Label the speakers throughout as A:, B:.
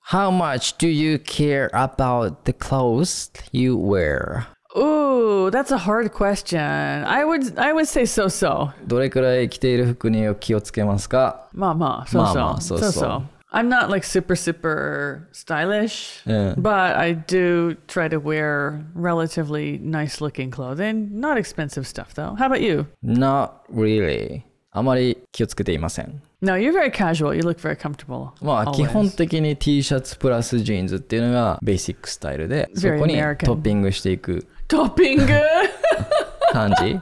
A: How much do you care about the clothes you wear?
B: Ooh, that's a hard question. I would I would say so so.
A: どれくらい着ている服に気をつけますか
B: Mama, so so.
A: まあまあ、so-so.
B: I'm not like super super stylish,
A: Yeah.
B: but I do try to wear relatively nice looking clothing. Not expensive stuff though. How about you?
A: ?Not really. あまり気をつけていません。
B: No, you're very casual. You look very comfortable.
A: まあ
B: always.
A: 基本的に T シャツプラスジーンズっていうのがベーシックスタイルで、そ
B: Very
A: こに
B: American.
A: トッピングしていく
B: topping.
A: 感じ。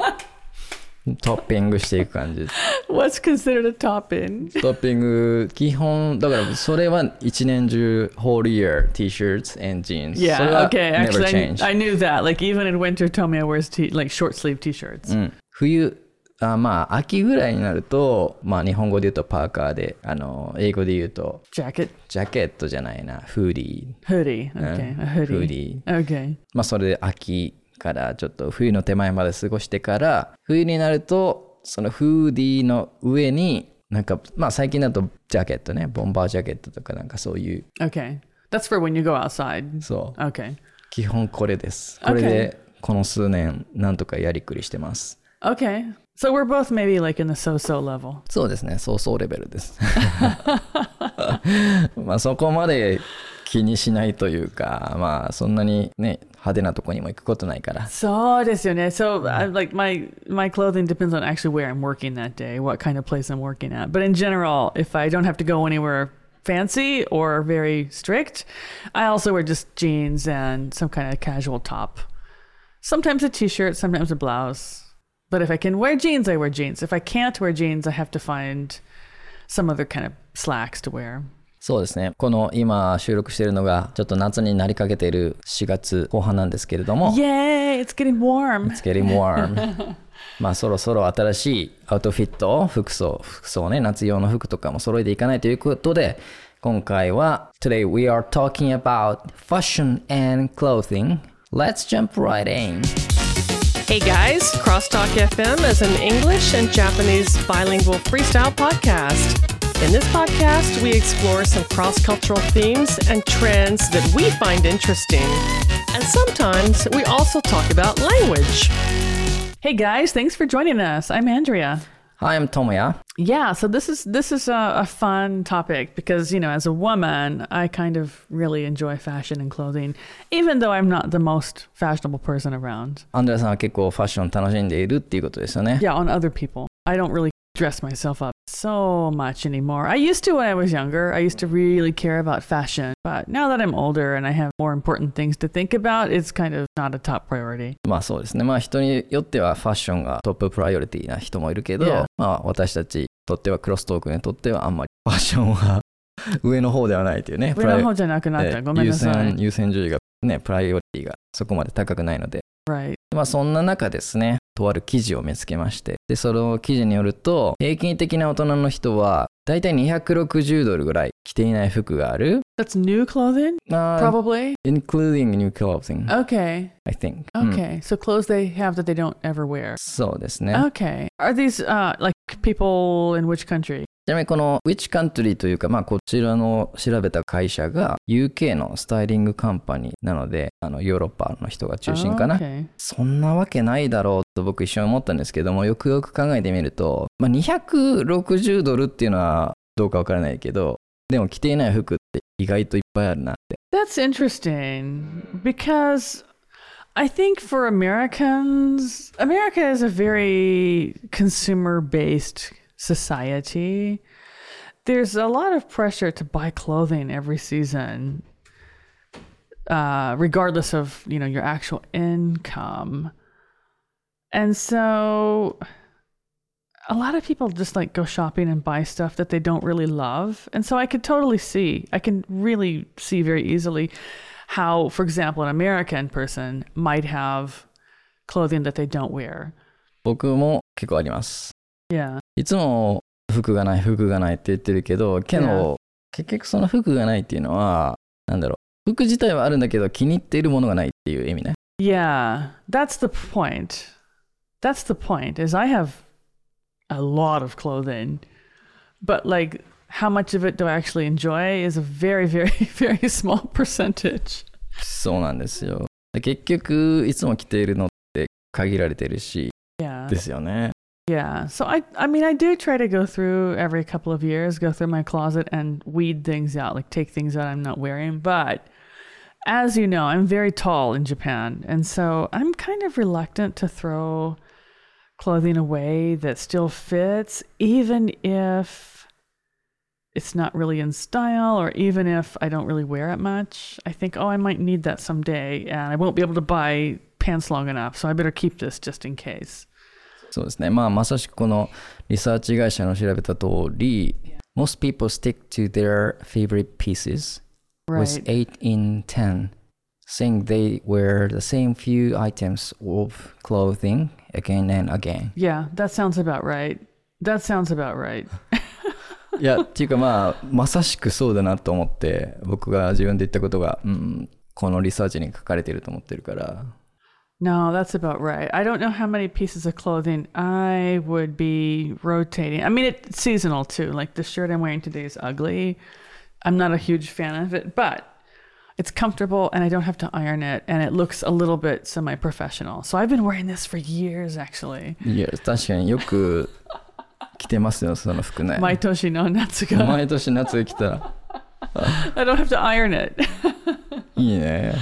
A: トッピングしていく感じ。
B: What's considered a topping?
A: トッピング基本だからそれは一年中 whole year T-shirts and jeans それ
B: Yeah.
A: は
B: Okay.
A: never
B: Actually, I, kn-
A: change
B: I knew that. Like even in winter, Tomia wears t- like short sleeve t-shirts.
A: うん冬あまあ秋ぐらいになるとまあ日本語で言うとパーカーであの英語で言うと
B: Jacket,
A: ジャケットじゃないなフーディー
B: hoodie. Okay, a hoodie.
A: フーディー
B: Okay.
A: まあそれで秋からちょっと冬の手前まで過ごしてから冬になるとそのフーディーの上になんかまあ最近だとジャケットねボンバージャケットとかなんかそういう
B: Okay. That's for when you go outside.
A: そう
B: Okay.
A: 基本これです。
B: Okay.
A: これでこの数年なんとかやりくりしてます。
B: Okay. So we're both maybe like in the so-so level.
A: そうですね、そうそうレベルです。 まあそこまで気にしないというか、まあそんなにね派手なとこにも行くことないから。
B: So this So I, like my my clothing depends on actually where I'm working that day, what kind of place I'm working at. But in general, if I don't have to go anywhere fancy or very strict, I also wear just jeans and some kind of casual top. Sometimes a t-shirt, sometimes a blouse. But if I can wear jeans, I wear jeans. If I can't wear jeans, I have to find some other kind of slacks to wear.
A: そうですね、この今収録しているのがちょっと夏になりかけている4月後半なんですけれども。
B: Yay, it's getting warm.
A: It's getting warm. まあそろそろ新しいアウトフィット、服装、服装ね、夏用の服とかも揃えていかないということで、今回は Today we are talking about fashion and clothing. Let's jump right in.
C: Hey guys, Crosstalk FM is an English and Japanese bilingual freestyle podcast. In this podcast, we explore some cross cultural themes and trends that we find interesting. And sometimes we also talk about language.
B: Hey guys, thanks for joining us. I'm Andrea.
A: Hi, I'm Tomoya.
B: Yeah, so this is this is a, a fun topic because you know, as a woman, I kind of really enjoy fashion and clothing, even though I'm not the most fashionable person around.
A: アンドレさんは結構ファッション楽しんでいるっていうことですよね。
B: Yeah, on other people, I don't really dress myself up so much anymore. I used to when I was younger. I used to really care about fashion, but now that I'm older and I have more important things to think about, it's kind of not a top priority.
A: まあそうですね。まあ人によってはファッションがトッププライオリティな人もいるけど、
B: Yeah.
A: まあ私たちにとってはクロストークにとってはあんまりファッションは上の方ではないというね。プライオえー優先優先順位がねプライオリティがそこまで高くないので
B: Right.
A: まあそんな中ですねとある記事を見つけましてでその記事によると平均的な大人の人はだいたい260ドルぐらい着ていない服がある
B: That's new clothing,
A: あー
B: probably.
A: including new clothing
B: Okay.
A: I think うん
B: Okay, so clothes they have that they don't ever wear.
A: そうですね、
B: Okay, are these uh like people in which country?
A: ちなみにこの Which Country というか、まあ、こちらの調べた会社が UK のスタイリングカンパニーなのであのヨーロッパの人が中心かな
B: Okay.
A: そんなわけないだろうと僕一瞬思ったんですけどもよくよく考えてみると、まあ、260ドルっていうのはどうかわからないけどでも着ていない服って意外といっぱいあるなって
B: That's interesting because I think for Americans, America is a very consumer-based society. There's a lot of pressure to buy clothing every season, uh, regardless of you know your actual income. And so a lot of people just like go shopping and buy stuff that they don't really love. And so I could totally see, I can really see very easily how, for example, an American person might have clothing that they don't wear.
A: 僕も結構あります
B: Yeah.
A: いつも服がない服がないって言ってるけどけど結局その服がないっていうのはなんだろう服自体はあるんだけど気に入っているものがないっていう意味ね
B: Yeah. That's the point. That's the point is I have a lot of clothing, but like how much of it do I actually enjoy is a very, very, very small percentage.
A: そうなんですよ。で結局、いつも着ているのって限られてるし、
B: Yeah.
A: ですよね。
B: Yeah. So I I mean I do try to go through every couple of years, go through my closet and weed things out, like take things out I'm not wearing, but as you know, I'm very tall in Japan, and so I'm kind of reluctant to throw clothing away that still fits even if it's not really in style or even if I don't really wear it much. I think, "Oh, I might need that someday, and I won't be able to buy pants long enough, so I better keep this just in case."
A: そうですね。まあ、まさしくこのリサーチ会社の調べた通り、most people stick to their favorite pieces with 8 in 10 saying they wear the same few items of clothing again and again.
B: Yeah, that sounds about right. That sounds about right.
A: いや、っていうかまあ、まさしくそうだなと思って、僕が自分で言ったことが、うん、このリサーチに書かれていると思ってるから、
B: No, that's about right. I don't know how many pieces of clothing I would be rotating. I mean, it's seasonal too. Like the shirt I'm wearing today is ugly. I'm not a huge fan of it, but it's comfortable and I don't have to iron it and it looks a little bit semi professional. So I've been wearing this for years actually.
A: いや、確かによく着てますよ、その服ね。毎
B: Maitoshi no Natsuko.
A: 年夏着たら、
B: I don't have to iron it.
A: いいね。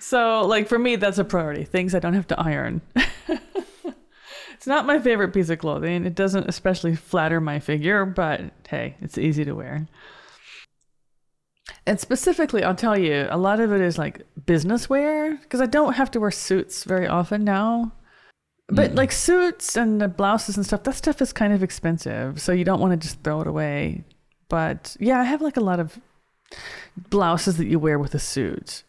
B: So, like for me, that's a priority. Things I don't have to iron. it's not my favorite piece of clothing. It doesn't especially flatter my figure, but hey, it's easy to wear. And specifically, I'll tell you, a lot of it is like business wear because I don't have to wear suits very often now. But like suits and the blouses and stuff, that stuff is kind of expensive. So you don't want to just throw it away. But yeah, I have like a lot of blouses that you wear with a suit,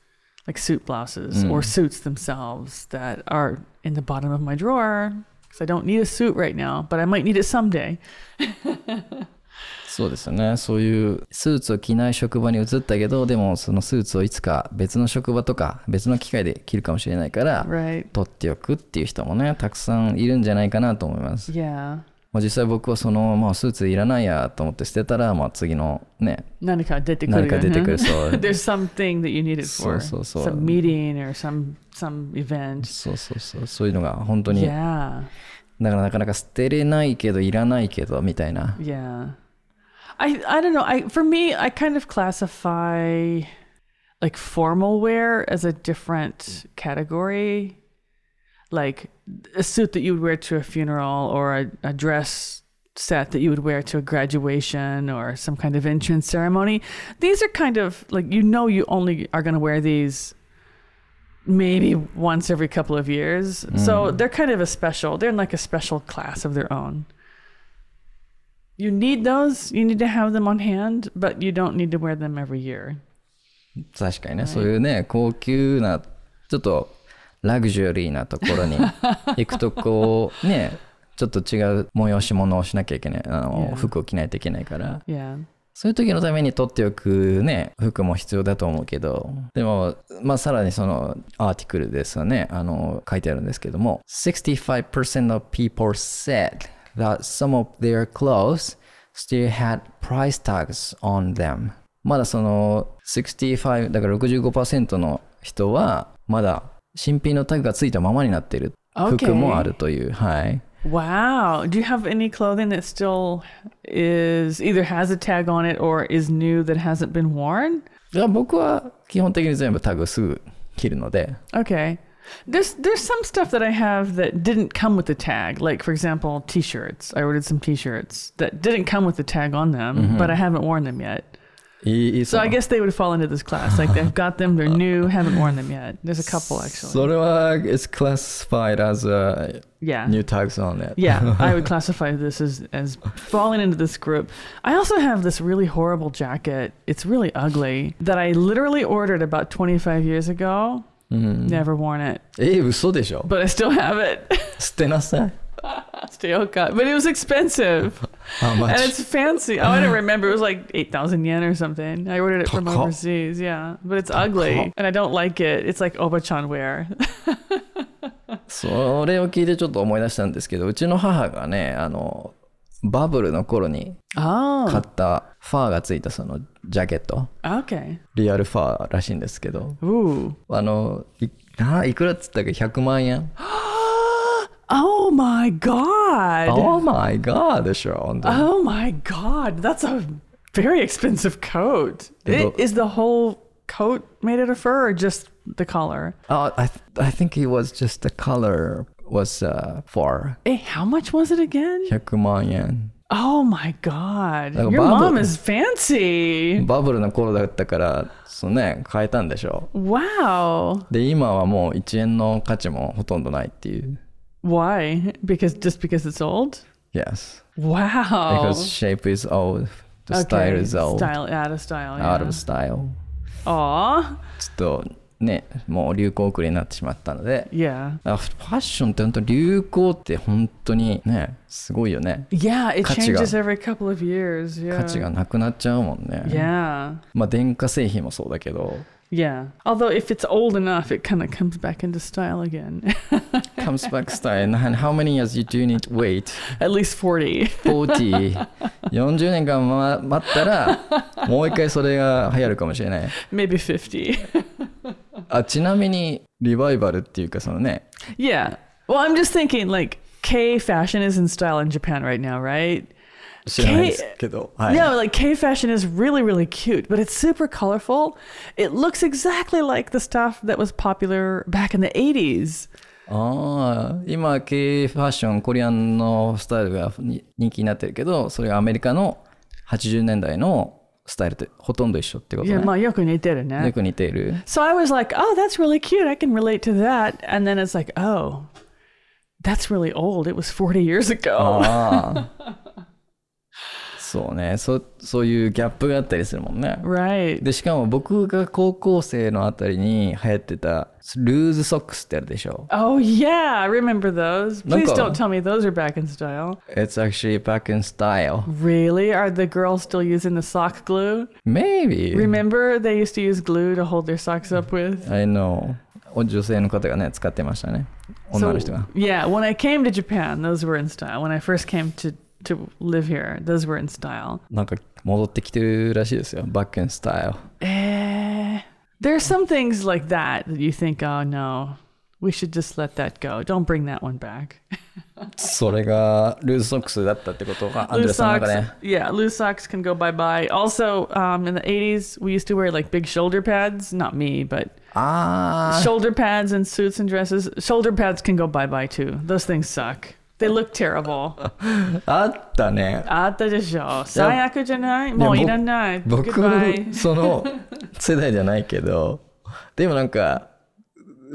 B: like suit blouses
A: Mm.
B: or suits themselves that are in the bottom of my drawer because I don't need a suit right now, but I might need it someday.
A: そうですよね。そういうスーツを着ない職場に移ったけど、でもそのスーツをいつか別の職場とか別の機会で着るかもしれないから、
B: Right.
A: 取っておくっていう人もね、たくさんいるんじゃないかなと思います。
B: Yeah.
A: まあ、実際僕はその、まあ、スーツいらないやと思って捨てたら、まあ、次のね、
B: Nanaka did
A: 何か 出てくるそう
B: There's something that you need it
A: So-
B: for.
A: so- so-
B: Some meeting or some some event.
A: そうそうそう、そういうのが本当に、だ
B: Yeah.
A: からなかなか捨てれないけど、いらないけどみたいな。
B: Yeah. I I don't know. I for me, I kind of classify like formal wear as a different category. Like a suit that you would wear to a funeral or a, a dress set that you would wear to a graduation or some kind of entrance ceremony. These are kind of like you know you only are going to wear these maybe once every couple of years. So they're kind of a special. They're in like a special class of their own you need those you need to have them on hand but you don't need to wear them every year
A: 確かにね、そういうね高級なちょっとラグジュアリーなところに行くとこうねちょっと違う催し物をしなきゃいけないあの、
B: Yeah.
A: 服を着ないといけないから
B: yeah
A: そういう時のために取っておくね服も必要だと思うけどでもまあさらにそのアーティクルですよねあの書いてあるんですけども65% of people said that some of their clothes still had price tags on them まだその65だから65%の人はまだ新品のタグがついたままになっている
B: Okay.
A: 服もあるという、はい。
B: wow do you have any clothing that still is either has a tag on it or is new that hasn't been worn
A: いや僕は基本的に全部タグすぐ切るので
B: okay there's there's some stuff that i have that didn't come with the tag like for example t-shirts i ordered some t-shirts that didn't come with the tag on them but i haven't worn them yet
A: いいいい
B: so i guess they would fall into this class like i've got them they're new haven't worn them yet there's a couple actually
A: それは、it's classified as a
B: yeah
A: new tags on it.
B: yeah, I would classify this as as falling into this group. I also have this really horrible jacket. It's really ugly that I literally ordered about 25 years ago. Never worn it,
A: え、嘘でしょ
B: but I still have it.
A: 捨てなさい。
B: still got, but it was expensive
A: あ、ま
B: and it's fancy. Oh, I don't remember. It was like 8,000 yen or something. I ordered it from
A: Taka.
B: overseas. Yeah, but it's ugly and I don't like it. It's like obachan wear.
A: それを聞いてちょっと思い出したんですけど、うちの母がね、あの、バブルの頃に
B: Oh.
A: 買ったファーがついたそのジャケット
B: Okay.
A: リアルファーらしいんですけど
B: Ooh.
A: あのいないくらっつったっけ100万円
B: Oh my god.
A: Oh my god でしょ本当に
B: Oh my god, that's a very expensive coat.
A: Yeah,
B: It,
A: but-
B: is the whole coat made out of fur or just the collar?
A: Oh, I, th- I think it was just the color was uh, far.
B: Eh, how much was it again?
A: 100万円。
B: Oh my god.
A: Like a
B: Your
A: bundle.
B: mom is fancy.
A: バブルの頃だったから、そうね、変えたんでしょ。
B: Wow.
A: で、今はもう1円の価値もほとんどないっていう。
B: Why? Because just because it's old?
A: Yes.
B: Wow.
A: Because shape is old. The style is old.
B: Style out of style. Yeah.
A: Out of style.
B: Aw.
A: ちょっとね、もう流行遅れになってしまったので。
B: Yeah.
A: あファッションって本当流行って本当にね、すごいよね。
B: Yeah, it
A: Kachiga.
B: changes every couple of years. Yeah.
A: 価値がなくなっちゃうもんね。
B: Yeah.
A: まあ電化製品もそうだけど。
B: Yeah. Although if it's old enough, it kind of comes back into style again.
A: comes back style and how many years you do need to wait
B: At least 40.
A: 40 40年間、ま、待ったらもう一回それが流行るかもしれない
B: Maybe 50.
A: あちなみにリバイバルっていうかそのね
B: yeah. Well, I'm just thinking like K fashion is in style in Japan right now, right?
A: 知らないですけど、はい
B: No, like K fashion is really, really cute, but it's super colorful. It looks exactly like the stuff that was popular back in the 80s.
A: ああ今 K ファッションコリアンのスタイルがに人気になってるけどそれがアメリカの80年代のスタイルとほとんど一緒ってこと
B: Yeah,
A: ね
B: まあよく似てるね。
A: よく似ている
B: So I was like, oh, that's really cute. I can relate to that. And then it's like, oh, that's really old. It was 40 years
A: Oh.
B: ago.
A: あ あそうねそそういうギャップがあったりするもんね
B: right.
A: でしかも僕が高校生のあたりに流行ってたルーズソックスってあるでしょ
B: Oh, yeah. I remember those. Please
A: なんか-
B: don't tell me those are back in style.
A: It's actually back in style
B: Really? Are the girls still using the sock glue?
A: Maybe
B: Remember they used to use glue to hold their socks up with?
A: I know お女性の方がね使ってましたね女
B: So,
A: の人が
B: yeah, when I came to Japan, those were in style. When I first came to, to live here, those were in style.
A: なんか戻ってきてるらしいですよ Back in style
B: Eh, there's some things like that that you think, oh no, we should just let that go. Don't bring that one back.
A: それがルーズソックスだったってことがアンドレ
B: Loose
A: さんの
B: socks,
A: 中ね
B: yeah, loose socks can go bye bye. Also, um, in the 80s, we used to wear like big shoulder pads. Not me, but
A: あ
B: shoulder pads and suits and dresses. Shoulder pads can go bye bye too. Those things suck. They look terrible.
A: ーあったね
B: あったでしょ。最悪じゃない？
A: でも僕
B: もういらない。
A: 僕
B: Goodbye.
A: その世代じゃないけどでもなんか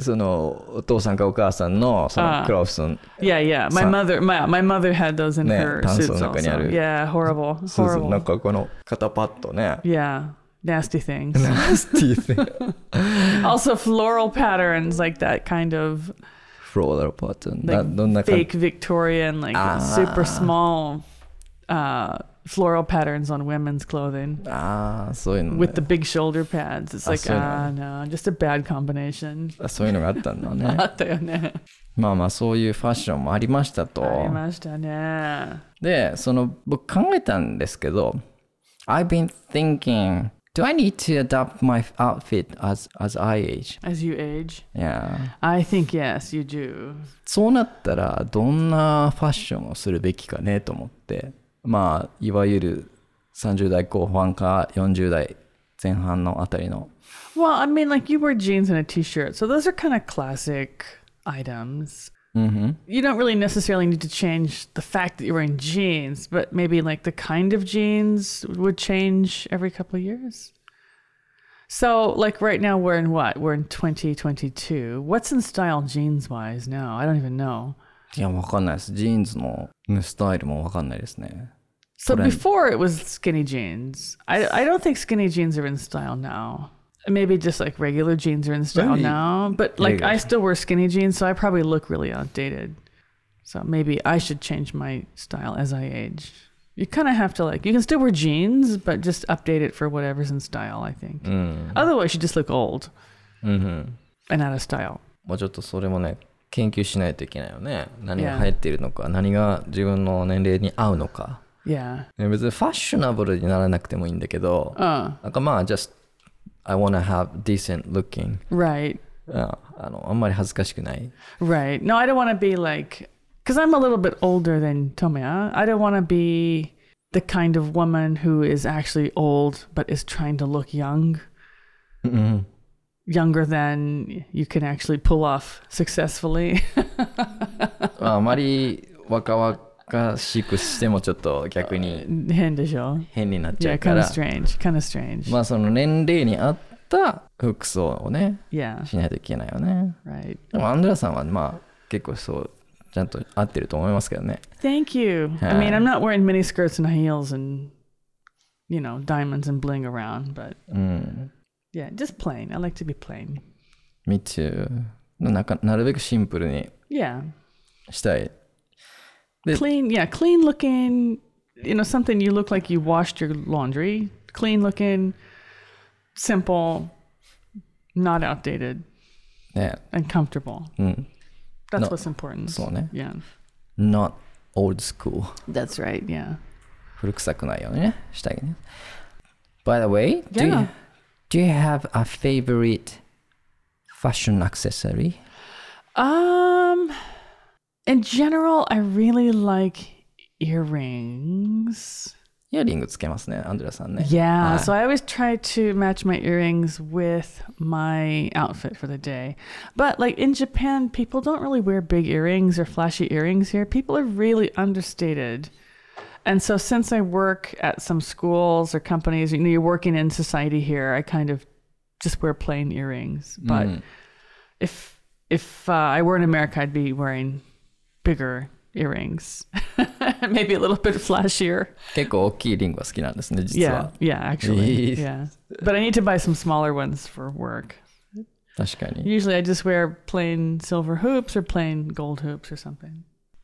A: そのお父さんかお母さんのそ
B: あ
A: の
B: あ
A: クロフソン
B: Yeah, yeah. My
A: Sa-
B: mother, my my mother had those in
A: Ne,
B: her
A: tansu
B: suits
A: no naka ni
B: also.
A: aru.
B: Yeah, horrible,
A: そうそう
B: horrible.
A: なんかこの肩パッドね
B: Yeah, nasty things.
A: ナスティー ね
B: also, floral patterns like that kind of
A: フローラルパッドな
B: like
A: どんな感
B: fake Victorian, like super small uh, floral patterns on women's clothing
A: ああそういうの、ね
B: with the big shoulder pads. It's like
A: so-
B: ah no, just a bad combination.
A: あそういうのがあったんだ ね
B: あったよね。
A: まあまあそういうファッションもありましたと
B: ありましたね。
A: でその僕考えたんですけど I've been thinking do I need to adapt my outfit as, as I age?
B: As you age,
A: Yeah.
B: I think yes, you do.
A: そうなったらどんなファッションをするべきかねと思ってまあいわゆる30代後半か40代前半のあたりの
B: Well, I mean, like you wear jeans and a t-shirt, so those are kind of classic items. Mm-hmm. You don't really necessarily need to change the fact that you're wearing jeans, but maybe like the kind of jeans would change every couple of years. So, like right now, we're in what? We're in 2022. What's in style jeans wise now? I don't even know.
A: いやわかんないですジーンズのねスタイルもわかんないですね
B: So
A: Trend.
B: before it was skinny jeans. I, I don't think skinny jeans are in style now. Maybe just like regular jeans are in style
A: Maybe.
B: now. But like
A: Regular.
B: I still wear skinny jeans, so I probably look really outdated. So maybe I should change my style as I age. You kind of have to like you can still wear jeans, but just update it for whatever's in style. I think. Otherwise, you just look old and out of style.
A: もうちょっとそれもね研究しないといけないよね何が入っているのか、何が自分の年齢に合うのか
B: Yeah.
A: ね別にファッショナブルにならなくてもいいんだけど、
B: Uh,
A: なんかまあ just I wanna have decent looking、
B: right.
A: ああのあんまり恥ずかしくない
B: Right. No, I don't want to be like, because I'm a little bit older than Tomia. I don't want to be the kind of woman who is actually old but is trying to look young, younger than you can actually pull off successfully.
A: ああまり若々しくしてもちょっと逆に
B: Hendisho.
A: 変になっちゃ
B: Yeah,
A: うか
B: kind of
A: ら
B: strange. Kind of strange.
A: まあその年齢に合った服装をね
B: yeah.
A: しないといけないよね
B: Right.
A: でもアンドラさんはまあ結構そうちゃんと合ってると思いますけどね
B: Thank you. I mean,
A: Hi.
B: I'm not wearing mini skirts and heels and, you know, diamonds and bling around, but
A: うん
B: yeah, just plain. I like to be plain.
A: Me too なんかなるべくシンプルに
B: Yeah.
A: したい It-
B: clean yeah clean looking you know something you look like you washed your laundry clean looking simple not outdated
A: ね
B: and comfortable
A: うん
B: that's
A: No, eh?
B: what's important
A: そうね
B: yeah
A: Not old school
B: that's right yeah
A: 古臭くないようにねしたいね By the way do
B: Yeah.
A: you, do you have a favorite fashion accessory?
B: um in general i really like earrings
A: イヤリングつけますねアンドレアさんね
B: Yeah.
A: Ah.
B: So I always try to match my earrings with my outfit for the day. But like in Japan, people don't really wear big earrings or flashy earrings here. People are really understated. And so since I work at some schools or companies, you know, you're working in society here, I kind of just wear plain earrings. But if if uh, I were in America, I'd be wearing bigger earrings, maybe a little bit flashier.
A: 結構大きいリングは好きなんですね実
B: Yeah,
A: は
B: yeah, actually.
A: Jeez.
B: yeah. But I need to buy some smaller ones for work.
A: 確かに
B: Usually I just wear plain silver hoops or plain gold hoops or something.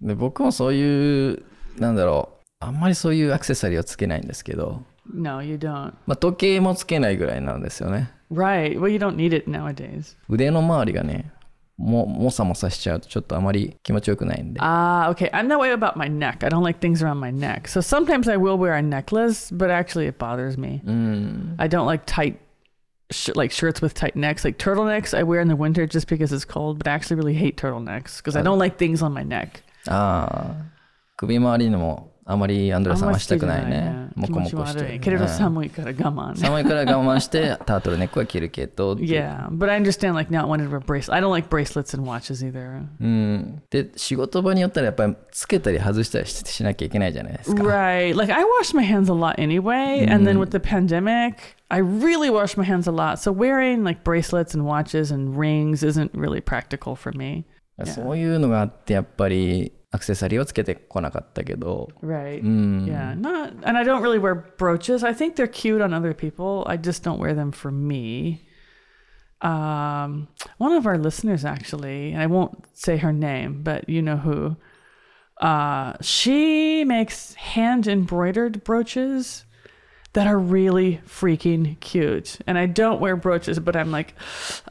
A: で僕もそういうなんだろうあんまりそういうアクセサリーをつけないんですけど、
B: No, you don't.
A: まあ、時計もつけないぐらいなんですよね
B: Right. Well, you don't need it nowadays.
A: 腕の周りがねももさもさしちゃうとちょっとあまり気持ちよくないんで
B: Ah, okay. I'm that way about my neck. I don't like things around my neck. So sometimes I will wear a necklace, but actually it bothers me.
A: うん
B: I don't like tight sh- like shirts with tight necks, like turtlenecks I wear in the winter just because it's cold, but I actually really hate turtlenecks because I don't like things on my neck.
A: ああ首周りのもあまりアンドレさんはしたくないねモコモコしてる、うん寒
B: 気持ち悪い。けれど寒いから我慢。
A: いから我慢してタートルネックは着るけどっていう
B: Yeah, but I understand like not wanting to wear bracelets. I don't like bracelets and watches either.
A: うん、で仕事場によったらやっぱりつけたり外したりししなきゃいけないじゃないですか、
B: Right. Like I wash my hands a lot anyway, and
A: Mm.
B: then with the pandemic, I really wash my hands a lot. So wearing like bracelets and watches and rings isn't really practical for me.
A: そういうのがあってやっぱりアクセサリーをつけてこなかったけど
B: Right. Yeah. Not and I don't really wear brooches. I think they're cute on other people. I just don't wear them for me. Um one of our listeners actually, and I won't say her name, but you know who. Uh she makes hand embroidered brooches that are really freaking cute. And I don't wear brooches, but I'm like,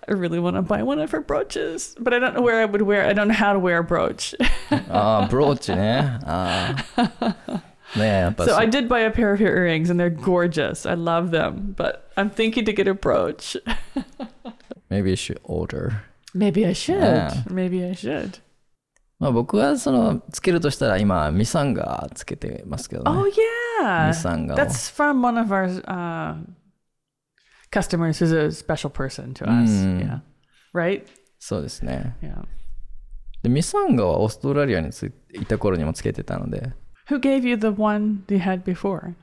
B: I really want to buy one of her brooches. But I don't know where I would wear I don't know how to wear a brooch.
A: ああブローチねああねえやっぱ
B: So
A: そう
B: I did buy a pair of your earrings and they're gorgeous. I love them, but I'm thinking to get a brooch.
A: maybe you should order
B: Maybe I should.
A: Yeah.
B: Maybe I should.
A: まあ僕はそのつけるとしたら今ミサンガつけてますけどね
B: Oh yeah.
A: ミサンガを
B: That's from one of our uh, customers who's a special person to us.
A: Mm.
B: Yeah. Right?
A: そうですね
B: Yeah.
A: でミサンガはオーストラリアについた頃にもつけてたので
B: Who gave you the one you had before?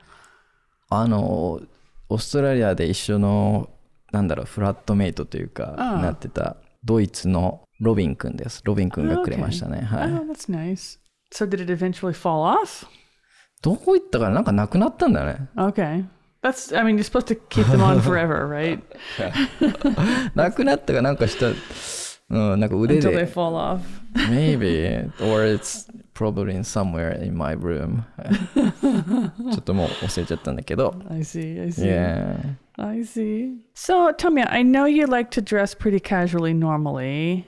A: あのオーストラリアで一緒のなんだろうフラットメイトというか
B: ああ
A: なってたドイツのロビン君ですロビン君がくれましたね、はい
B: Oh, that's nice. So did it eventually fall off?
A: どこ行ったかななんかなくなったんだね
B: Okay. That's I mean you're supposed to keep them on forever, right?
A: なくなったかなんかしたうんなんか腕
B: Until they
A: で
B: fall off.
A: maybe or it's probably in somewhere in my room ちょっともう忘れちゃったんだけど
B: I see. I see.
A: yeah
B: I see. So tell me, I know you like to dress pretty casually normally.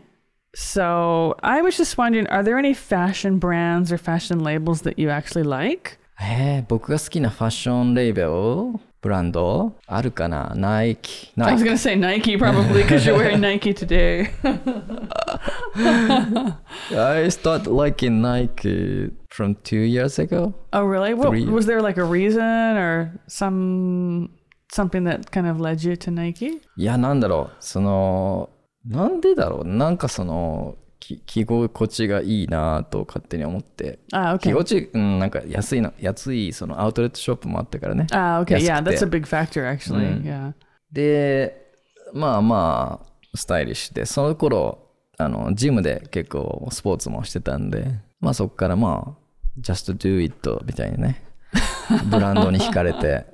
B: So I was just wondering, are there any fashion brands or fashion labels that you actually like?
A: えー、僕が好きなファッションレーベル、ブランド、あるかなナイキ。
B: I
A: ナイ
B: was
A: キ。
B: gonna say Nike probably because you're wearing Nike today.
A: I started liking Nike from two years ago.
B: Oh really? What
A: Three.
B: was there like a reason or some something that kind of led you to Nike?
A: いや、なんだろう。その、なんでだろう。なんかその、き着心地がいいなと勝手に思って。
B: Ah,
A: 着
B: okay.
A: 心地、うん、なんか安いな、安いそのアウトレットショップもあったからね。
B: Ah, okay.
A: Yes,
B: Yeah, that's a
A: there.
B: big factor actually.
A: Mm.
B: Yeah.
A: で、まあまあ、スタイリッシュで、その頃、あの、ジムで結構スポーツもしてたんで、まあそこからまあ、just do it みたいにね、ブランドに惹かれて、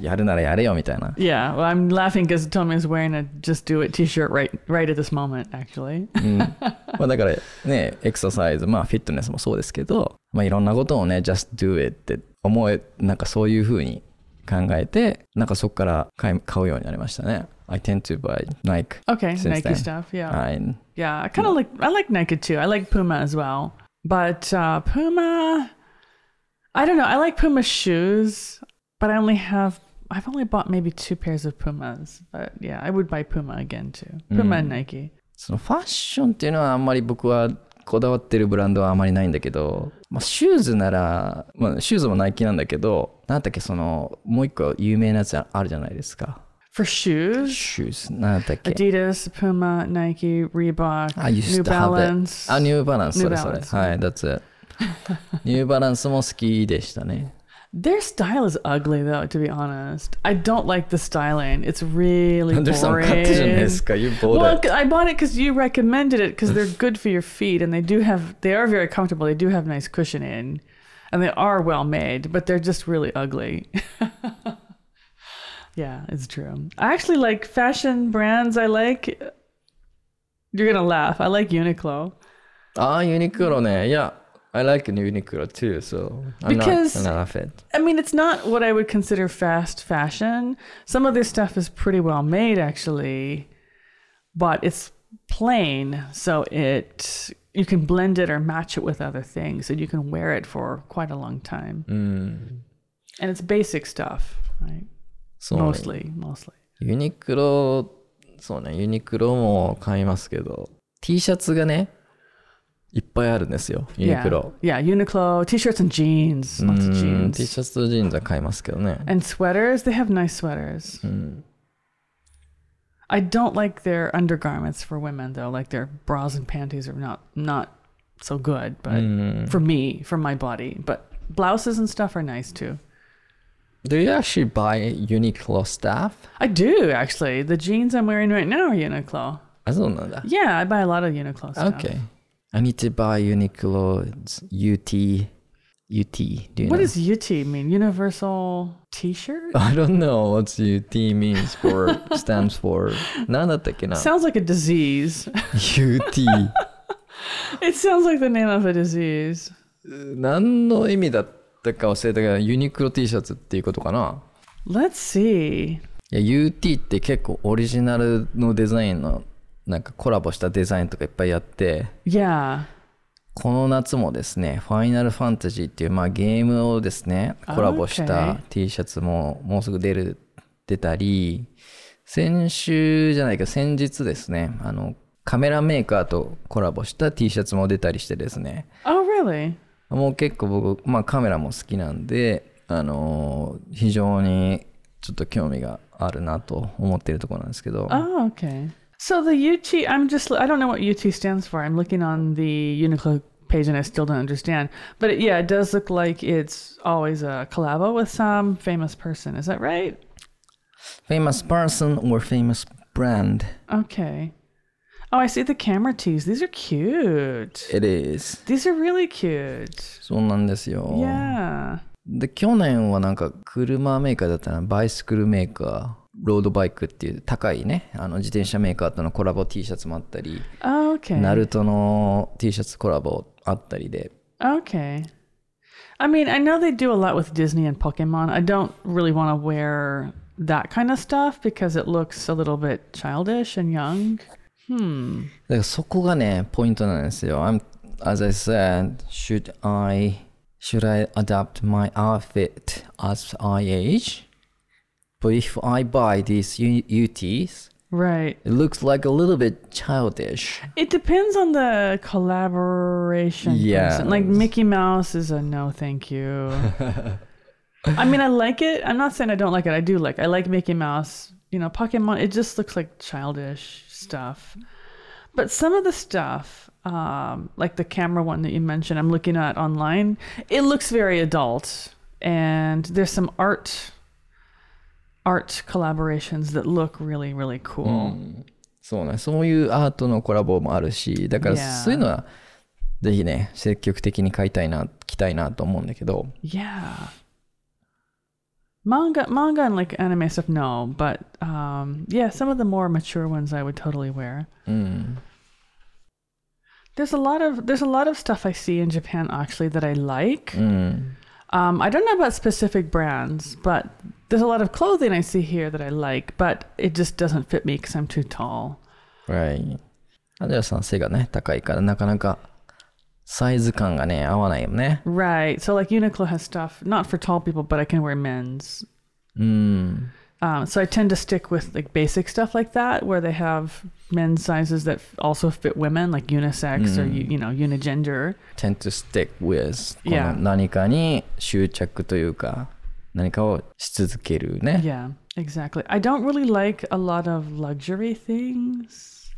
A: やるならやれよみたいな。
B: Yeah. Well, I'm laughing because Tommy is wearing a "Just Do It" T-shirt right right at this moment. Actually.
A: うんまあだからね、エクササイズ、まあフィットネスもそうですけど、まあいろんなことをね、just do it って思え、なんかそういうふうに考えて、なんかそこから買い買うようになりましたね。I tend to buy Nike.
B: Okay.
A: Since
B: Nike
A: then.
B: stuff. Yeah.
A: I
B: Yeah, I kind of like I like Nike too. I like Puma as well, but uh, Puma, I don't know. I like Puma shoes, but I only have I've only bought maybe two pairs of Pumas. But yeah, I would buy Puma again too. Puma
A: Mm.
B: and Nike.
A: そのファッションっていうのはあんまり僕はこだわってるブランドはあまりないんだけど、まあ、シューズなら、まあ、シューズもナイキなんだけどなんだっけそのもう一個有名なやつあるじゃないですか
B: For shoes,
A: シューズなんだっけ
B: Adidas, Puma, Nike, Reebok,
A: I used
B: New
A: to have it.
B: Balance.
A: あニューバランス
B: New
A: それそれ
B: Balance
A: はい That's it ニューバランスも好きでしたね
B: Their style is ugly though. To be honest, I don't like the styling. It's really
A: アン
B: boring.
A: デルさん買ったじゃないですか You bought
B: Well,
A: it
B: I bought it because you recommended it because they're good for your feet and they do have they are very comfortable. They do have nice cushioning, and they are well made, but they're just really ugly. yeah, it's true. I actually like fashion brands. I like. You're gonna laugh. I like Uniqlo
A: ああユニクロねいや I like ユニクロ too so I'm not
B: Because-
A: gonna laugh it
B: I mean, it's not what I would consider fast fashion. Some of their stuff is pretty well made, actually, but it's plain, so it you can blend it or match it with other things, and you can wear it for quite a long time.
A: うん、
B: And it's basic stuff, right?
A: そうね
B: Mostly, mostly.
A: ユニクロ、そうね、ユニクロも買いますけど、T シャツがね、いっぱいあるんですよ、ユニクロ。
B: Yeah, yeah. Uniqlo t-shirts and jeans, lots
A: う
B: of
A: ん
B: jeans,
A: T シャツとジーンズは買いますけどね。
B: and sweaters. They have nice sweaters.
A: うん、
B: I don't like their undergarments for women though. Like their bras and panties are not not so good, but for me, for my body. But blouses and stuff are nice too.
A: Do you actually buy Uniqlo stuff?
B: I do actually. The jeans I'm wearing right now are Uniqlo.
A: あ、そうなんだ。
B: Yeah, I buy a lot of Uniqlo stuff.
A: Okay. I need to buy Uniqlo's UT. UT. Do you
B: What
A: know?
B: does UT mean? Universal T-shirt?
A: I don't know what UT means for, stands for. なんだったっけな
B: Sounds like a disease.
A: ?UT。
B: it sounds like the name of a disease.
A: 何の意味だったか忘れたけど、ユニクロ T シャツっていうことかな
B: Let's see.
A: いや UT って結構オリジナルのデザインのなんかコラボしたデザインとかいっぱいやって
B: Yeah.
A: この夏もですね「ファイナルファンタジー」っていう、まあ、ゲームをですねコラボした
B: Okay.
A: T シャツももうすぐ出る出たり先週じゃないけど先日ですねあのカメラメーカーとコラボした T シャツも出たりしてですね
B: Oh really?
A: もう結構僕、まあ、カメラも好きなんで、あのー非常にちょっと興味があるなと思っているところなんですけど、
B: Oh, okay. So the UT, I'm just, I don't know what UT stands for. I'm looking on the Uniqlo page and I still don't understand. But it, yeah, it does look like it's always a collabo with some famous person. Is that right?
A: famous person or famous brand
B: Okay. Oh, I see the camera tees. These are cute.
A: it is
B: These are really cute.
A: そうなんですよ、
B: Yeah.
A: で去年はなんか車メーカーだったなバイスクルメーカーロードバイクっていう高いねあの自転車メーカーとのコラボ T シャツもあったり、
B: Oh, Okay.
A: ナルトの T シャツコラボあったりで
B: Okay. I mean, I know they do a lot with Disney and Pokemon. I don't really want to wear that kind of stuff because it looks a little bit childish and young.
A: だからそこがね、ポイントなんですよ。I'm, as I said, should I, should I adapt my outfit as I age? But if I buy these U- UTs,
B: Right.
A: it looks like a little bit childish.
B: It depends on the collaboration.
A: Yeah.
B: person. Like Mickey Mouse is a no, thank you. I mean, I like it. I'm not saying I don't like it. I do like. I like Mickey Mouse. You know, Pokemon. It just looks like childish stuff. But some of the stuff, um, like the camera one that you mentioned, I'm looking at online. It looks very adult, and there's some art, art collaborations that look really, really cool.
A: そうね、そういうアートのコラボもあるし、だから
B: Yeah.
A: そういうのは、ぜひね、積極的に買いたいな、着たいなと思うんだけど、
B: Yeah. Manga manga and like anime stuff, no, but um yeah, some of the more mature ones I would totally wear.
A: うん。
B: There's a lot of there's a lot of stuff I see in Japan actually that I like.
A: Mm. うん。
B: Um I don't know about specific brands, but there's a lot of clothing I see here that I like, but it just doesn't fit me cuz I'm too tall.
A: Right. アンジェラさん背がね、高いから、なかなかサイズ感がね、合わないよね。
B: Right. So like Uniqlo has stuff not for tall people, but I can wear men's
A: うん。
B: Um, so I tend to stick with like basic stuff like that, where they have men's sizes that f- also fit women, like unisex or you, you know unigender.
A: tend to stick with こ
B: Yeah.
A: の何かに執着というか、何かをし続けるね。
B: Yeah, exactly. I don't really like a lot of luxury things,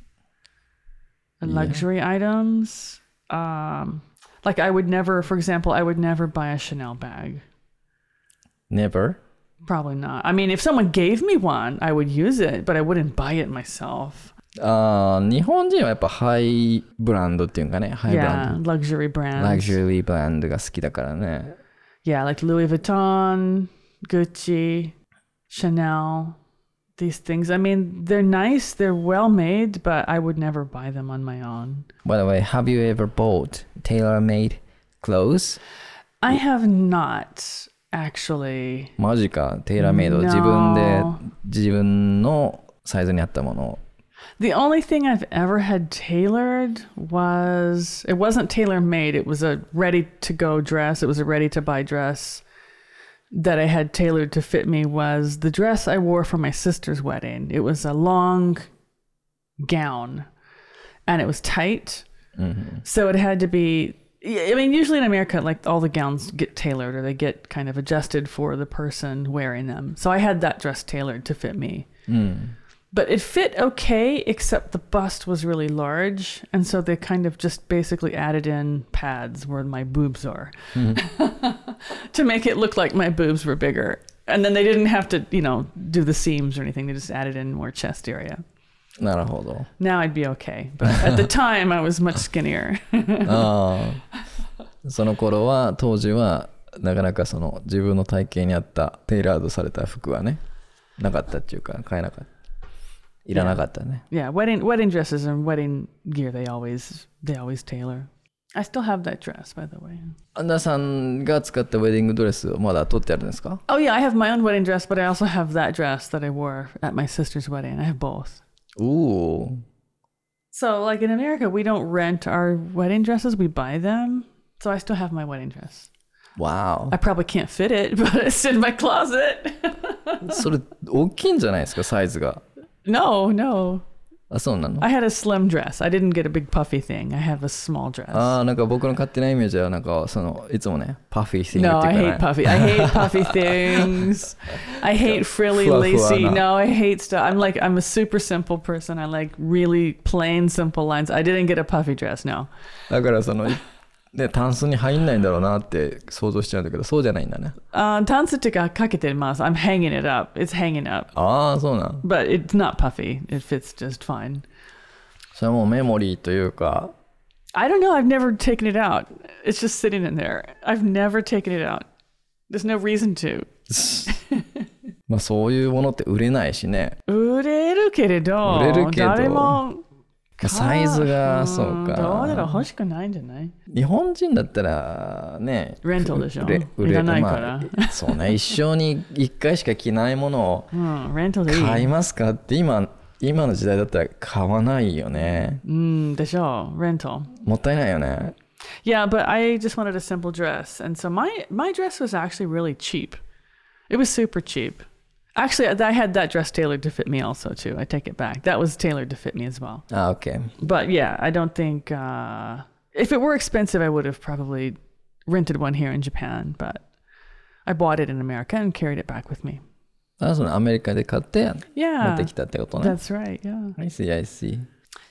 B: and
A: Yeah.
B: luxury items. Um, like I would never, for example, I would never buy a Chanel bag.
A: Never.
B: Probably not. I mean, if someone gave me one, I would use it, but I wouldn't buy it myself.
A: あー日本人はやっぱハイブランドっていうかね、ハイブラ
B: yeah,
A: ン
B: luxury
A: ド。
B: brands.
A: ラグジュアリーブランドが好きだからね。
B: yeah, like Louis Vuitton, Gucci, Chanel, these things. I mean, they're nice, they're well made, but I would never buy them on my own.
A: By the way, have you ever bought tailor-made clothes?
B: I have not actually.
A: マジか、テイラーメイド。
B: No.
A: 自分で、自分のサイズに合ったものを。
B: The only thing I've ever had tailored was it wasn't tailor made, it was a ready to go dress, it was a ready to buy dress. That I had tailored to fit me was the dress I wore for my sister's wedding. It was a long gown and it was tight. So it had to be. I mean, usually in America, like all the gowns get tailored or they get kind of adjusted for the person wearing them. So I had that dress tailored to fit me. But it fit okay, except the bust was really large. And so they kind of just basically added in pads where my boobs are to make it look like my boobs were bigger. And then they didn't have to, you know, do the seams or anything. They just added in more chest area.
A: なるほど。
B: Now I'd be okay. But at the time, I was much skinnier.
A: ああ。その頃は、当時は、なかなかその自分の体型に合ったテイラードされた服はね、なかったっていうか、買えなかった。いらなかったね。
B: yeah, wedding wedding dresses and wedding gear they always they always tailor. I still have that dress, by the way.
A: アンダーさんが使ったウェディングドレスをまだ取ってあるんですか
B: Oh yeah, I have my own wedding dress, but I also have that dress that I wore at my sister's wedding. I have both.
A: おお。
B: So like in America, we don't rent our wedding dresses; we buy them. So I still have my wedding dress.
A: わ
B: I probably can't fit it, but it's in my closet.
A: お。それ、大きいんじゃないですか、サイズが。
B: no, no,
A: あ、そうなの
B: I had a slim dress. I didn't get a big puffy thing. I have a small dress.
A: ああ、なんか僕の勝手なイメージは、なんか、その、いつもね、パフィーシング
B: No,
A: って
B: I
A: いう
B: hate
A: か、ね、
B: puffy. I hate puffy things. I hate frilly,
A: Fluff
B: lacy.
A: one.
B: No, I hate stuff. I'm like I'm a super simple person. I like really plain, simple lines. I didn't get a puffy dress. No.
A: だからその、ね、タンスに入んないんだろうなって想像しちゃうんだけど、そうじゃないんだね。
B: Uh, タンスってかかけてます. I'm hanging it up. It's hanging up,
A: ああ、そうなん。
B: but it's not puffy. It fits just fine.
A: それはもうメモリーというか、
B: I don't know. I've never taken it out. It's just sitting in there. I've never taken it out. There's no reason to.
A: まあそういうものって売れないしね。
B: 売れるけれど、
A: 売れるけど、
B: 誰も
A: まあサイズが、そうか。
B: どうだろう欲しくないんじゃない
A: 日本人だったら、ね、
B: レントでしょ
A: 売れ売れ
B: いらないから
A: まあ、そうね、一生に一回しか着ないものを
B: Hmm, うん、レントでいい。
A: 買いますかって今、今の時代だったら買わないよね。
B: Mm, the show rental.
A: もったいないよね。
B: Yeah, but I just wanted a simple dress, and so my my dress was actually really cheap. It was super cheap. Actually, I I had that dress tailored to fit me also too. I take it back. That was tailored to fit me as well.
A: あ、OK。
B: But yeah, I don't think uh, if it were expensive, I would have probably rented one here in Japan. But I bought it in America and carried it back with me.
A: あそのアメリカで買って持
B: Yeah,
A: ってきたってことね。
B: that's right. Yeah.
A: I see, I see.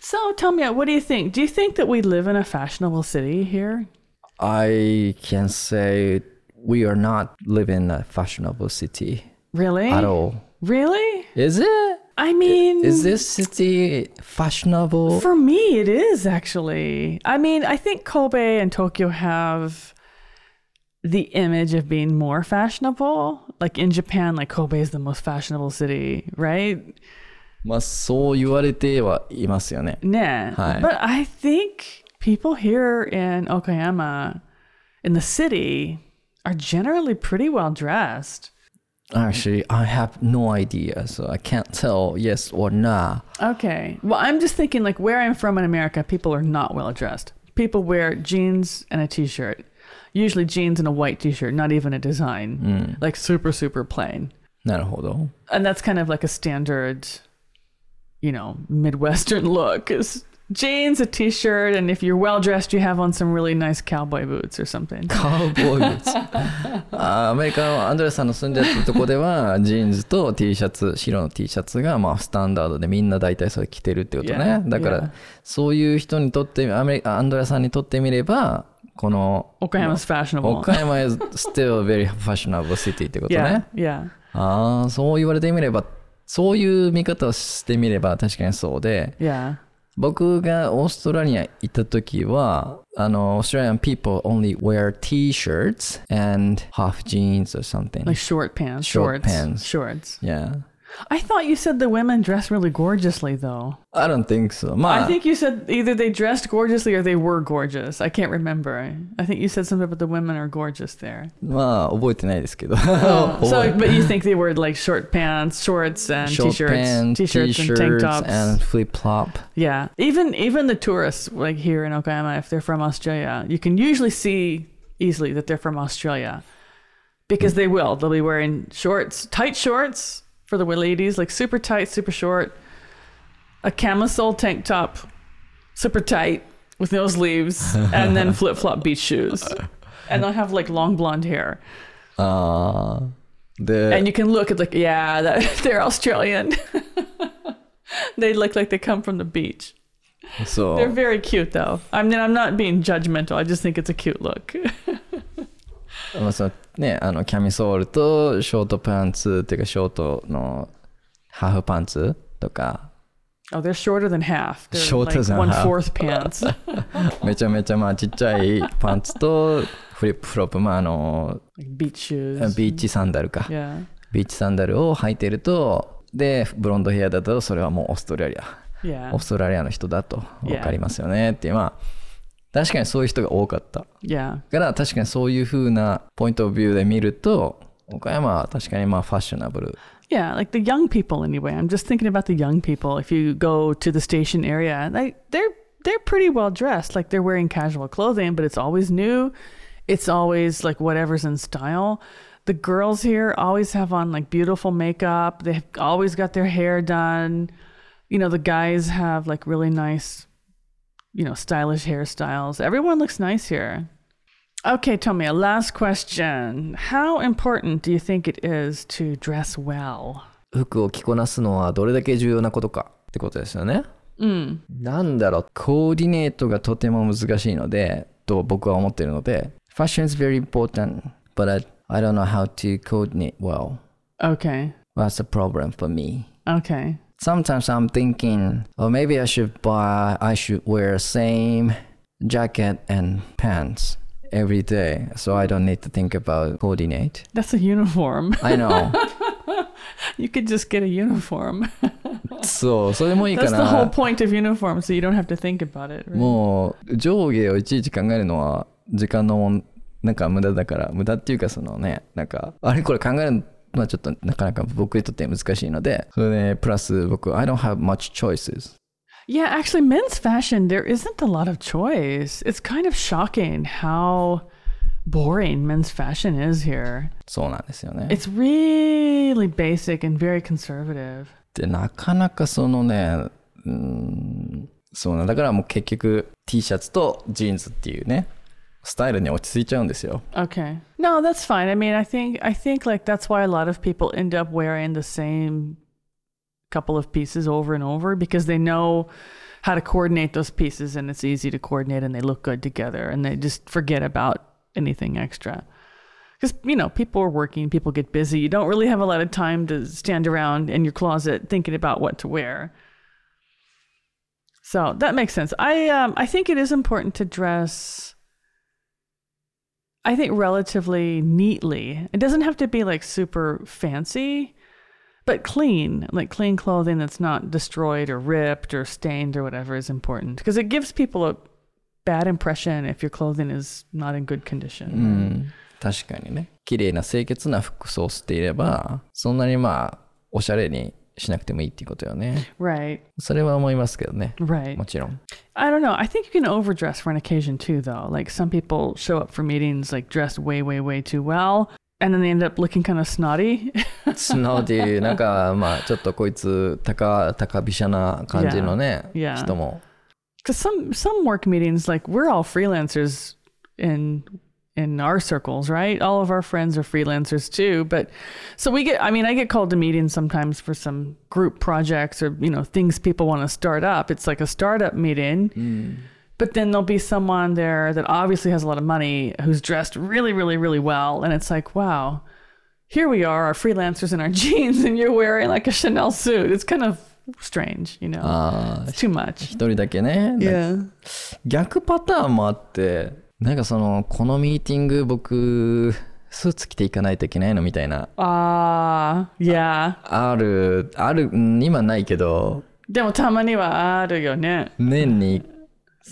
B: So tell me, what do you think? Do you think that we live in a fashionable city here?
A: I can say we are not living in a fashionable city
B: Really?
A: at all.
B: Really?
A: Is it?
B: I mean,
A: Is this city fashionable?
B: for me, it is actually. I mean, I think Kobe and Tokyo have the image of being more fashionable. Like in Japan, like Kobe is the most fashionable city, right?
A: まあそう言われてはいますよね。
B: Nah.
A: Hi.
B: But I think people here in Okayama, in the city, are generally pretty well dressed.
A: Actually, I have no idea, so I can't tell yes or nah.
B: Okay. Well, I'm just thinking like where I'm from in America, people are not well dressed. People wear jeans and a t-shirt. Usually jeans and a white t-shirt, not even a design.
A: Hmm.
B: Like super super plain.
A: なるほど。
B: And that's kind of like a standard you know, Midwestern look is jeans, a t-shirt, and if you're well dressed, you have on some really nice cowboy boots or something.
A: カウボーイズあアメリカのアンドレさんの住んでたとこではジーンズと T シャツ白の T シャツがまあスタンダードでみんな大体それ着てるってことね
B: Yeah,
A: だから、
B: yeah.
A: そういう人にとってアメリカアンドレさんにとってみればこの
B: Okayama's fashionable.
A: 岡山 is still a very fashionable city ってこと
B: Yeah,
A: ね
B: yeah.
A: ああそう言われてみればそういう見方をしてみれば確かにそうで
B: Yeah.
A: 僕がオーストラリア行った時は、あの、Australian people only wear t-shirts and half jeans or something.
B: Like short pants,
A: Short
B: shorts,
A: pants.
B: shorts.
A: yeah.
B: I thought you said the women dress really gorgeously though.
A: I don't think so. まあ、
B: I think you said either they dressed gorgeously or they were gorgeous. I can't remember. I think you said something about the women are gorgeous there.
A: まあ、覚えてないですけ ど。Oh,
B: so, but you think they wore like short pants, shorts, and
A: short
B: t-shirts,
A: pants,
B: t-shirts, and tank tops.
A: and flip flop.
B: yeah, even even the tourists like here in Okayama, if they're from Australia, you can usually see easily that they're from Australia because they will. They'll be wearing shorts, tight shorts for the ladies, like super tight, super short, a camisole tank top, super tight with no sleeves, and then flip flop beach shoes. And they'll have like long blonde hair.
A: ああ。で
B: And、you can look at like, yeah, that, they're Australian. they look like they come from the beach.
A: そ
B: They're
A: う。
B: very cute though. I mean, I'm not being judgmental. I just think it's a cute look.
A: まあ、そのね、あの、キャミソールとショートパンツっていうか、ショートのハーフパンツとか、
B: oh, they're shorter than half. They're
A: Shorter
B: like
A: than half.
B: one fourth pants.
A: めちゃめちゃまあちっちゃいパンツとフリップフロップ、まああの、
B: like beach shoes.
A: ビーチサンダルか。
B: Yeah.
A: ビーチサンダルを履いてると、で、ブロンドヘアだと、それはもうオーストラリア、
B: Yeah.
A: オーストラリアの人だと
B: Yeah.
A: 分かりますよねっていう、まあ、確かにそういう人が多かった。だ
B: Yeah.
A: から、確かにそういう風なポイントビューで見ると、岡山は確かにまあファッショナブル。
B: Yeah, like the young people anyway. I'm just thinking about the young people. If you go to the station area, like they're they're pretty well dressed. Like they're wearing casual clothing, but it's always new. It's always like whatever's in style. The girls here always have on like beautiful makeup. They've always got their hair done. You know, the guys have like really nice, you know, stylish hairstyles. Everyone looks nice here. Okay, tell me a last question. How important do you think it is to dress well?
A: 服を着こなすのはどれだけ重要なことかってことですよね。
B: Mm.
A: なんだろう、コーディネートがとても難しいので、と僕は思っているので、Fashion is very important, but I, I don't know how to coordinate well.
B: Okay.
A: That's a problem for me.
B: Okay.
A: Sometimes I'm thinking, oh, maybe I should buy, I should wear same jacket and pants every day, so I don't need to think about coordinate.
B: That's a uniform.
A: I know.
B: You could just get a uniform.
A: そう、それもいいか
B: That's the
A: な
B: whole。point of uniform, so you don't have to think about it. Right?
A: もう上下をいちいち考えるのは時間のもんなんか無駄だから無駄っていうかそのねなんかあれこれ考えるのはちょっとなかなか僕にとって難しいので、それで、プラス僕、I don't have much choices.
B: Yeah, actually, men's fashion, there isn't a lot of choice. It's kind of shocking how boring men's fashion is here.
A: そうなんですよね。
B: It's really basic and very conservative.
A: でなかなかそのねうーんそうなんだからもう結局 T シャツとジーンズっていうねスタイルに落ち着いちゃうんですよ
B: Okay. No, that's fine. I mean, I think I think like that's why a lot of people end up wearing the same couple of pieces over and over because they know how to coordinate those pieces and it's easy to coordinate and they look good together and they just forget about anything extra. Cuz you know, people are working, people get busy. You don't really have a lot of time to stand around in your closet thinking about what to wear. So, that makes sense. I um I think it is important to dress I think relatively neatly. It doesn't have to be like super fancy, but clean, like clean clothing that's not destroyed or ripped or stained or whatever is important because it gives people a bad impression if your clothing is not in good
A: Mm.
B: condition.
A: 確かにね綺麗な清潔な服装をしていればそんなにまあおしゃれにしなくてもいいっていうことよね
B: Right,
A: それは思いますけどね
B: right.
A: もちろん
B: I don't know. I think you can overdress for an occasion too, though. Like some people show up for meetings like dressed way, way, way too well, and then they end up looking kind of snotty.
A: スノーっていうなんかまあちょっとこいつ高高飛車な感じのね
B: Yeah. Yeah.
A: 人も
B: because some some work meetings like we're all freelancers in in our circles right all of our friends are freelancers too but so we get i mean i get called to meetings sometimes for some group projects or you know things people want to start up it's like a startup meeting but then there'll be someone there that obviously has a lot of money who's dressed really really really well and it's like wow here we are our freelancers in our jeans and you're wearing like a chanel suit it's kind of strange you know
A: ああ
B: it's too much
A: 一人だけねなんか
B: yeah
A: 逆パターンもあってなんかそのこのミーティング僕スーツ着ていかないといけないのみたいな
B: ああ、いや。
A: あるあるうん今ないけど
B: でもたまにはあるよね。
A: 年に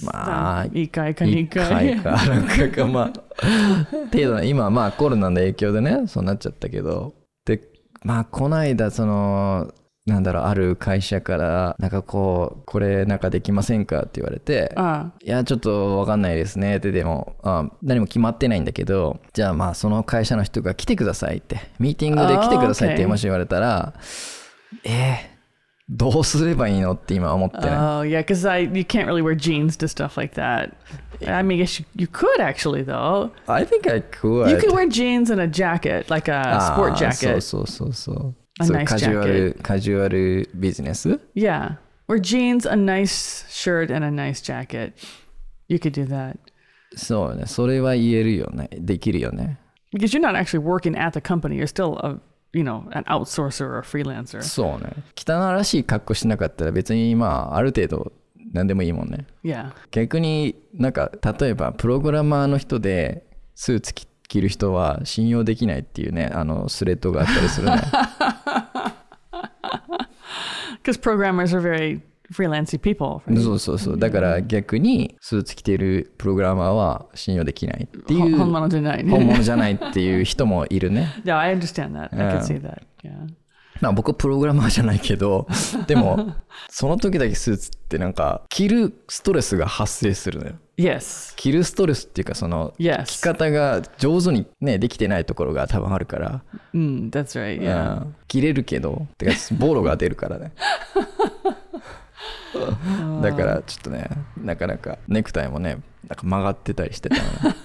A: まあ
B: 一回か
A: 1
B: 二
A: 回
B: 回。
A: かなんかかまあ程度な今まあコロナの影響でねそうなっちゃったけどでまあこないだそのなんだろうある会社からなんかこうこれなんかできませんかって言われて
B: あ
A: いや、ちょっとわかんないですね。で、でも、あ何も決まってないんだけど、じゃあまあ、その会社の人が来てくださいって、ミーティングで来てくださいっ
B: あー
A: て
B: OK
A: もし言われたら、えーどうすればいいのって今思ってね
B: Oh, yeah, because I you can't really wear jeans to stuff like that. I mean, guess you, you could actually though.
A: I think I could.
B: You could wear jeans and a jacket, like a
A: あー
B: sport jacket.
A: そうそうそうそう。
B: A
A: そう
B: nice
A: カジュアル、カジュアルビジネス
B: Yeah, wear jeans, a nice shirt, and a nice jacket. You could do that
A: そうね。それは言えるよね。できるよね。
B: because you're not actually working at the company. You're still a you know an outsourcer or a freelancer.
A: そうね。汚らしい格好しなかったら別にまあ、ある程度何でもいいもんね。
B: Yeah.
A: 逆になんか例えばプログラマーの人でスーツ着着る人は信用できないっていうねあのスレッドがあったりする ね
B: Because programmers are very freelancy people. Right?
A: そうそうそうだから逆にスーツ着てるプログラマーは信用できないって
B: ほ
A: いう
B: 本
A: 本
B: 物じゃないね。
A: 物じゃないっていう人もいるね
B: no, I understand that. I
A: うん
B: can see that. Yeah.
A: まあ僕プログラマーじゃないけどでもその時だけスーツってなんか着るストレスが発生するのよ
B: Yes.
A: 着るストレスっていうかその着
B: Yes.
A: 方が上手にねできてないところが多分あるから
B: Mm, that's right. Yeah.
A: うん切れるけどてかボロが出るからねだからちょっとねなかなかネクタイもねなんか曲がってたりしてたのね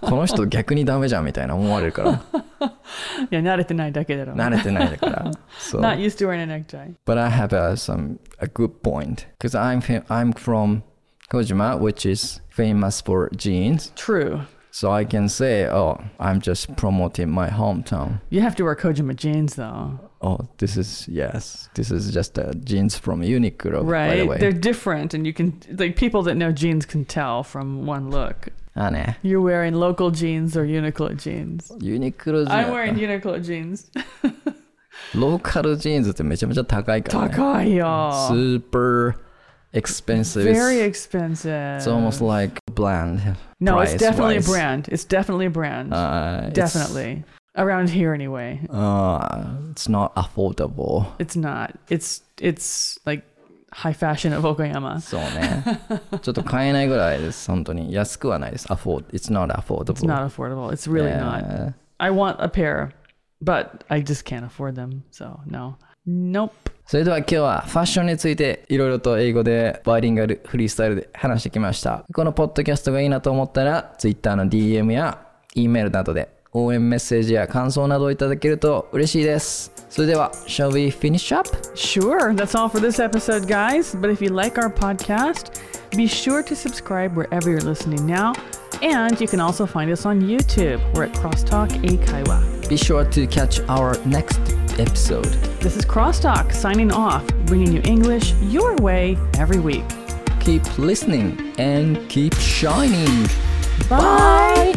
A: この人逆にダメじゃんみたいな思われるから
B: Yeah. Not at the night decade at all.
A: 慣れてないからそう
B: Not used to wearing a necktie.
A: But I have a, some a good point because I'm fa- I'm from Kojima which is famous for jeans
B: True.
A: so I can say oh I'm just promoting my hometown
B: You have to wear Kojima jeans though,
A: Oh, this is yes. This is just uh, jeans from Uniqlo, by the
B: right?
A: way.
B: They're different, and you can like people that know jeans can tell from one look.
A: あね。
B: You're wearing local jeans or Uniqlo jeans.
A: ユニクロ
B: I'm wearing
A: ジ
B: Uniqlo jeans.
A: ローカルジーンズってめちゃめちゃ高いからね。スー
B: Takayo.
A: パー expensive.
B: Very
A: It's
B: expensive.
A: it's almost like bland.
B: No, it's
A: price
B: definitely a
A: wise.
B: brand. It's definitely a brand.
A: Uh, it's-
B: definitely. around here anyway.
A: Uh, it's not affordable.
B: It's not. It's it's like high fashion of Okayama.
A: そうね。ちょっと買えないぐらいです。本当に。安くはないです。afford. It's not affordable.
B: It's not affordable. It's really not. I want a pair, but I just can't afford them. So no. Nope.
A: それでは今日はファッションについていろいろと英語でバイリンガルフリースタイルで話してきました。このポッドキャストがいいなと思ったら Twitter の DM や E メールなどで応援メッセージや感想などをいただけると嬉しいです。それでは、shall we finish up?
B: Sure, that's all for this episode, guys. But if you like our podcast, be sure to subscribe wherever you're listening now. And you can also find us on YouTube. We're at Crosstalk Eikaiwa.
A: Be sure to catch our next episode.
B: This is Crosstalk signing off, bringing you English your way every week.
A: Keep listening and keep shining.
B: Bye.